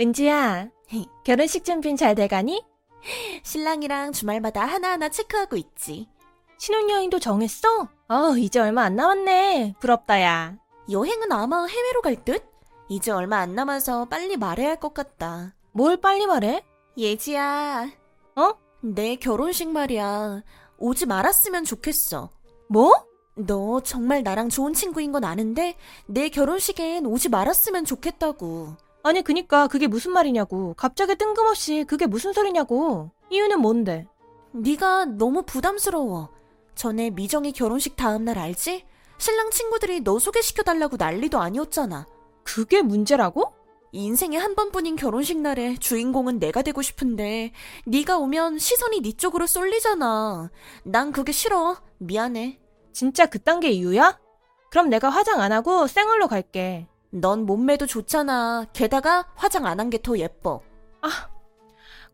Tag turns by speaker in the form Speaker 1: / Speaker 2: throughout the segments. Speaker 1: 은지야, 결혼식 준비는 잘 돼가니?
Speaker 2: 신랑이랑 주말마다 하나하나 체크하고 있지.
Speaker 1: 신혼여행도 정했어? 어, 이제 얼마 안 남았네. 부럽다, 야.
Speaker 2: 여행은 아마 해외로 갈 듯? 이제 얼마 안 남아서 빨리 말해야 할 것 같다.
Speaker 1: 뭘 빨리 말해?
Speaker 2: 예지야.
Speaker 1: 어?
Speaker 2: 내 결혼식 말이야. 오지 말았으면 좋겠어.
Speaker 1: 뭐?
Speaker 2: 너 정말 나랑 좋은 친구인 건 아는데 내 결혼식엔 오지 말았으면 좋겠다고.
Speaker 1: 아니, 그니까 그게 무슨 말이냐고. 갑자기 뜬금없이 그게 무슨 소리냐고. 이유는 뭔데?
Speaker 2: 네가 너무 부담스러워. 전에 미정이 결혼식 다음 날 알지? 신랑 친구들이 너 소개시켜 달라고 난리도 아니었잖아.
Speaker 1: 그게 문제라고?
Speaker 2: 인생에 한 번뿐인 결혼식 날에 주인공은 내가 되고 싶은데 네가 오면 시선이 네 쪽으로 쏠리잖아. 난 그게 싫어. 미안해.
Speaker 1: 진짜 그딴 게 이유야? 그럼 내가 화장 안 하고 쌩얼로 갈게.
Speaker 2: 넌 몸매도 좋잖아. 게다가 화장 안 한 게 더 예뻐.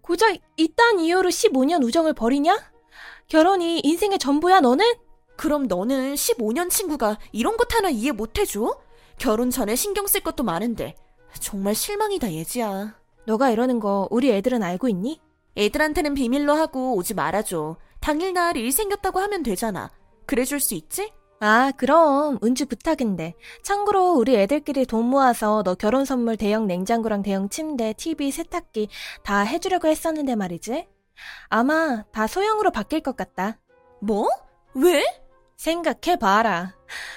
Speaker 1: 고작 이딴 이유로 15년 우정을 버리냐? 결혼이 인생의 전부야, 너는?
Speaker 2: 그럼 너는 15년 친구가 이런 것 하나 이해 못 해줘? 결혼 전에 신경 쓸 것도 많은데 정말 실망이다 예지야.
Speaker 1: 너가 이러는 거 우리 애들은 알고 있니?
Speaker 2: 애들한테는 비밀로 하고 오지 말아줘. 당일날 일 생겼다고 하면 되잖아. 그래줄 수 있지?
Speaker 1: 아, 그럼 은주 부탁인데. 참고로 우리 애들끼리 돈 모아서 너 결혼 선물 대형 냉장고랑 대형 침대, TV, 세탁기 다 해주려고 했었는데 말이지. 아마 다 소형으로 바뀔 것 같다.
Speaker 2: 뭐? 왜?
Speaker 1: 생각해봐라.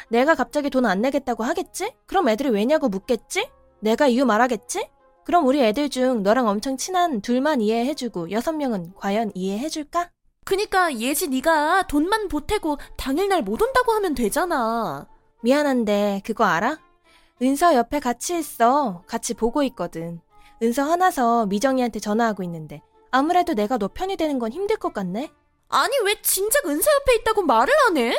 Speaker 1: 내가 갑자기 돈 안 내겠다고 하겠지? 그럼 애들이 왜냐고 묻겠지? 내가 이유 말하겠지? 그럼 우리 애들 중 너랑 엄청 친한 둘만 이해해주고 여섯 명은 과연 이해해줄까?
Speaker 2: 그니까 예지 네가 돈만 보태고 당일날 못 온다고 하면 되잖아.
Speaker 1: 미안한데 그거 알아? 은서 옆에 같이 있어. 같이 보고 있거든. 은서 화나서 미정이한테 전화하고 있는데 아무래도 내가 너 편이 되는 건 힘들 것 같네.
Speaker 2: 아니 왜 진작 은사 옆에 있다고 말을 안 해?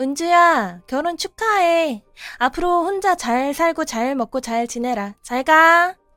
Speaker 1: 은주야 결혼 축하해. 앞으로 혼자 잘 살고 잘 먹고 잘 지내라. 잘 가.